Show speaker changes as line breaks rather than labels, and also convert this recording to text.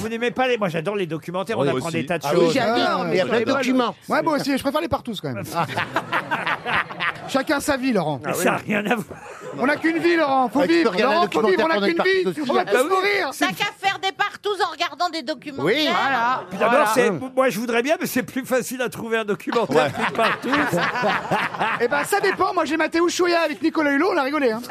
vous n'aimez pas les. Moi, j'adore les documentaires, on
Oui,
apprend
aussi.
des tas de
Ah oui,
choses.
j'adore, mais Il y a plein de j'adore. documents.
Ouais, moi aussi, je préfère les partous quand même. Chacun sa vie, Laurent.
Mais ça n'a rien à voir.
On n'a qu'une vie, Laurent. Faut
Ouais, Bah, tu peux
vivre.
regarder un
Laurent, faut vivre. On n'a qu'une
documentaire
vie.
pendant que t'as
On va
partout.
tous
Ah
mourir.
T'as qu'à faire des partous en regardant des documentaires.
Oui.
Voilà.
Puis D'abord, c'est-
Hum.
moi je voudrais bien, mais c'est plus facile à trouver un documentaire qu'une partouze.
Eh ben, ça dépend. Moi, j'ai maté Ushuaïa avec Nicolas Hulot. On a rigolé. hein.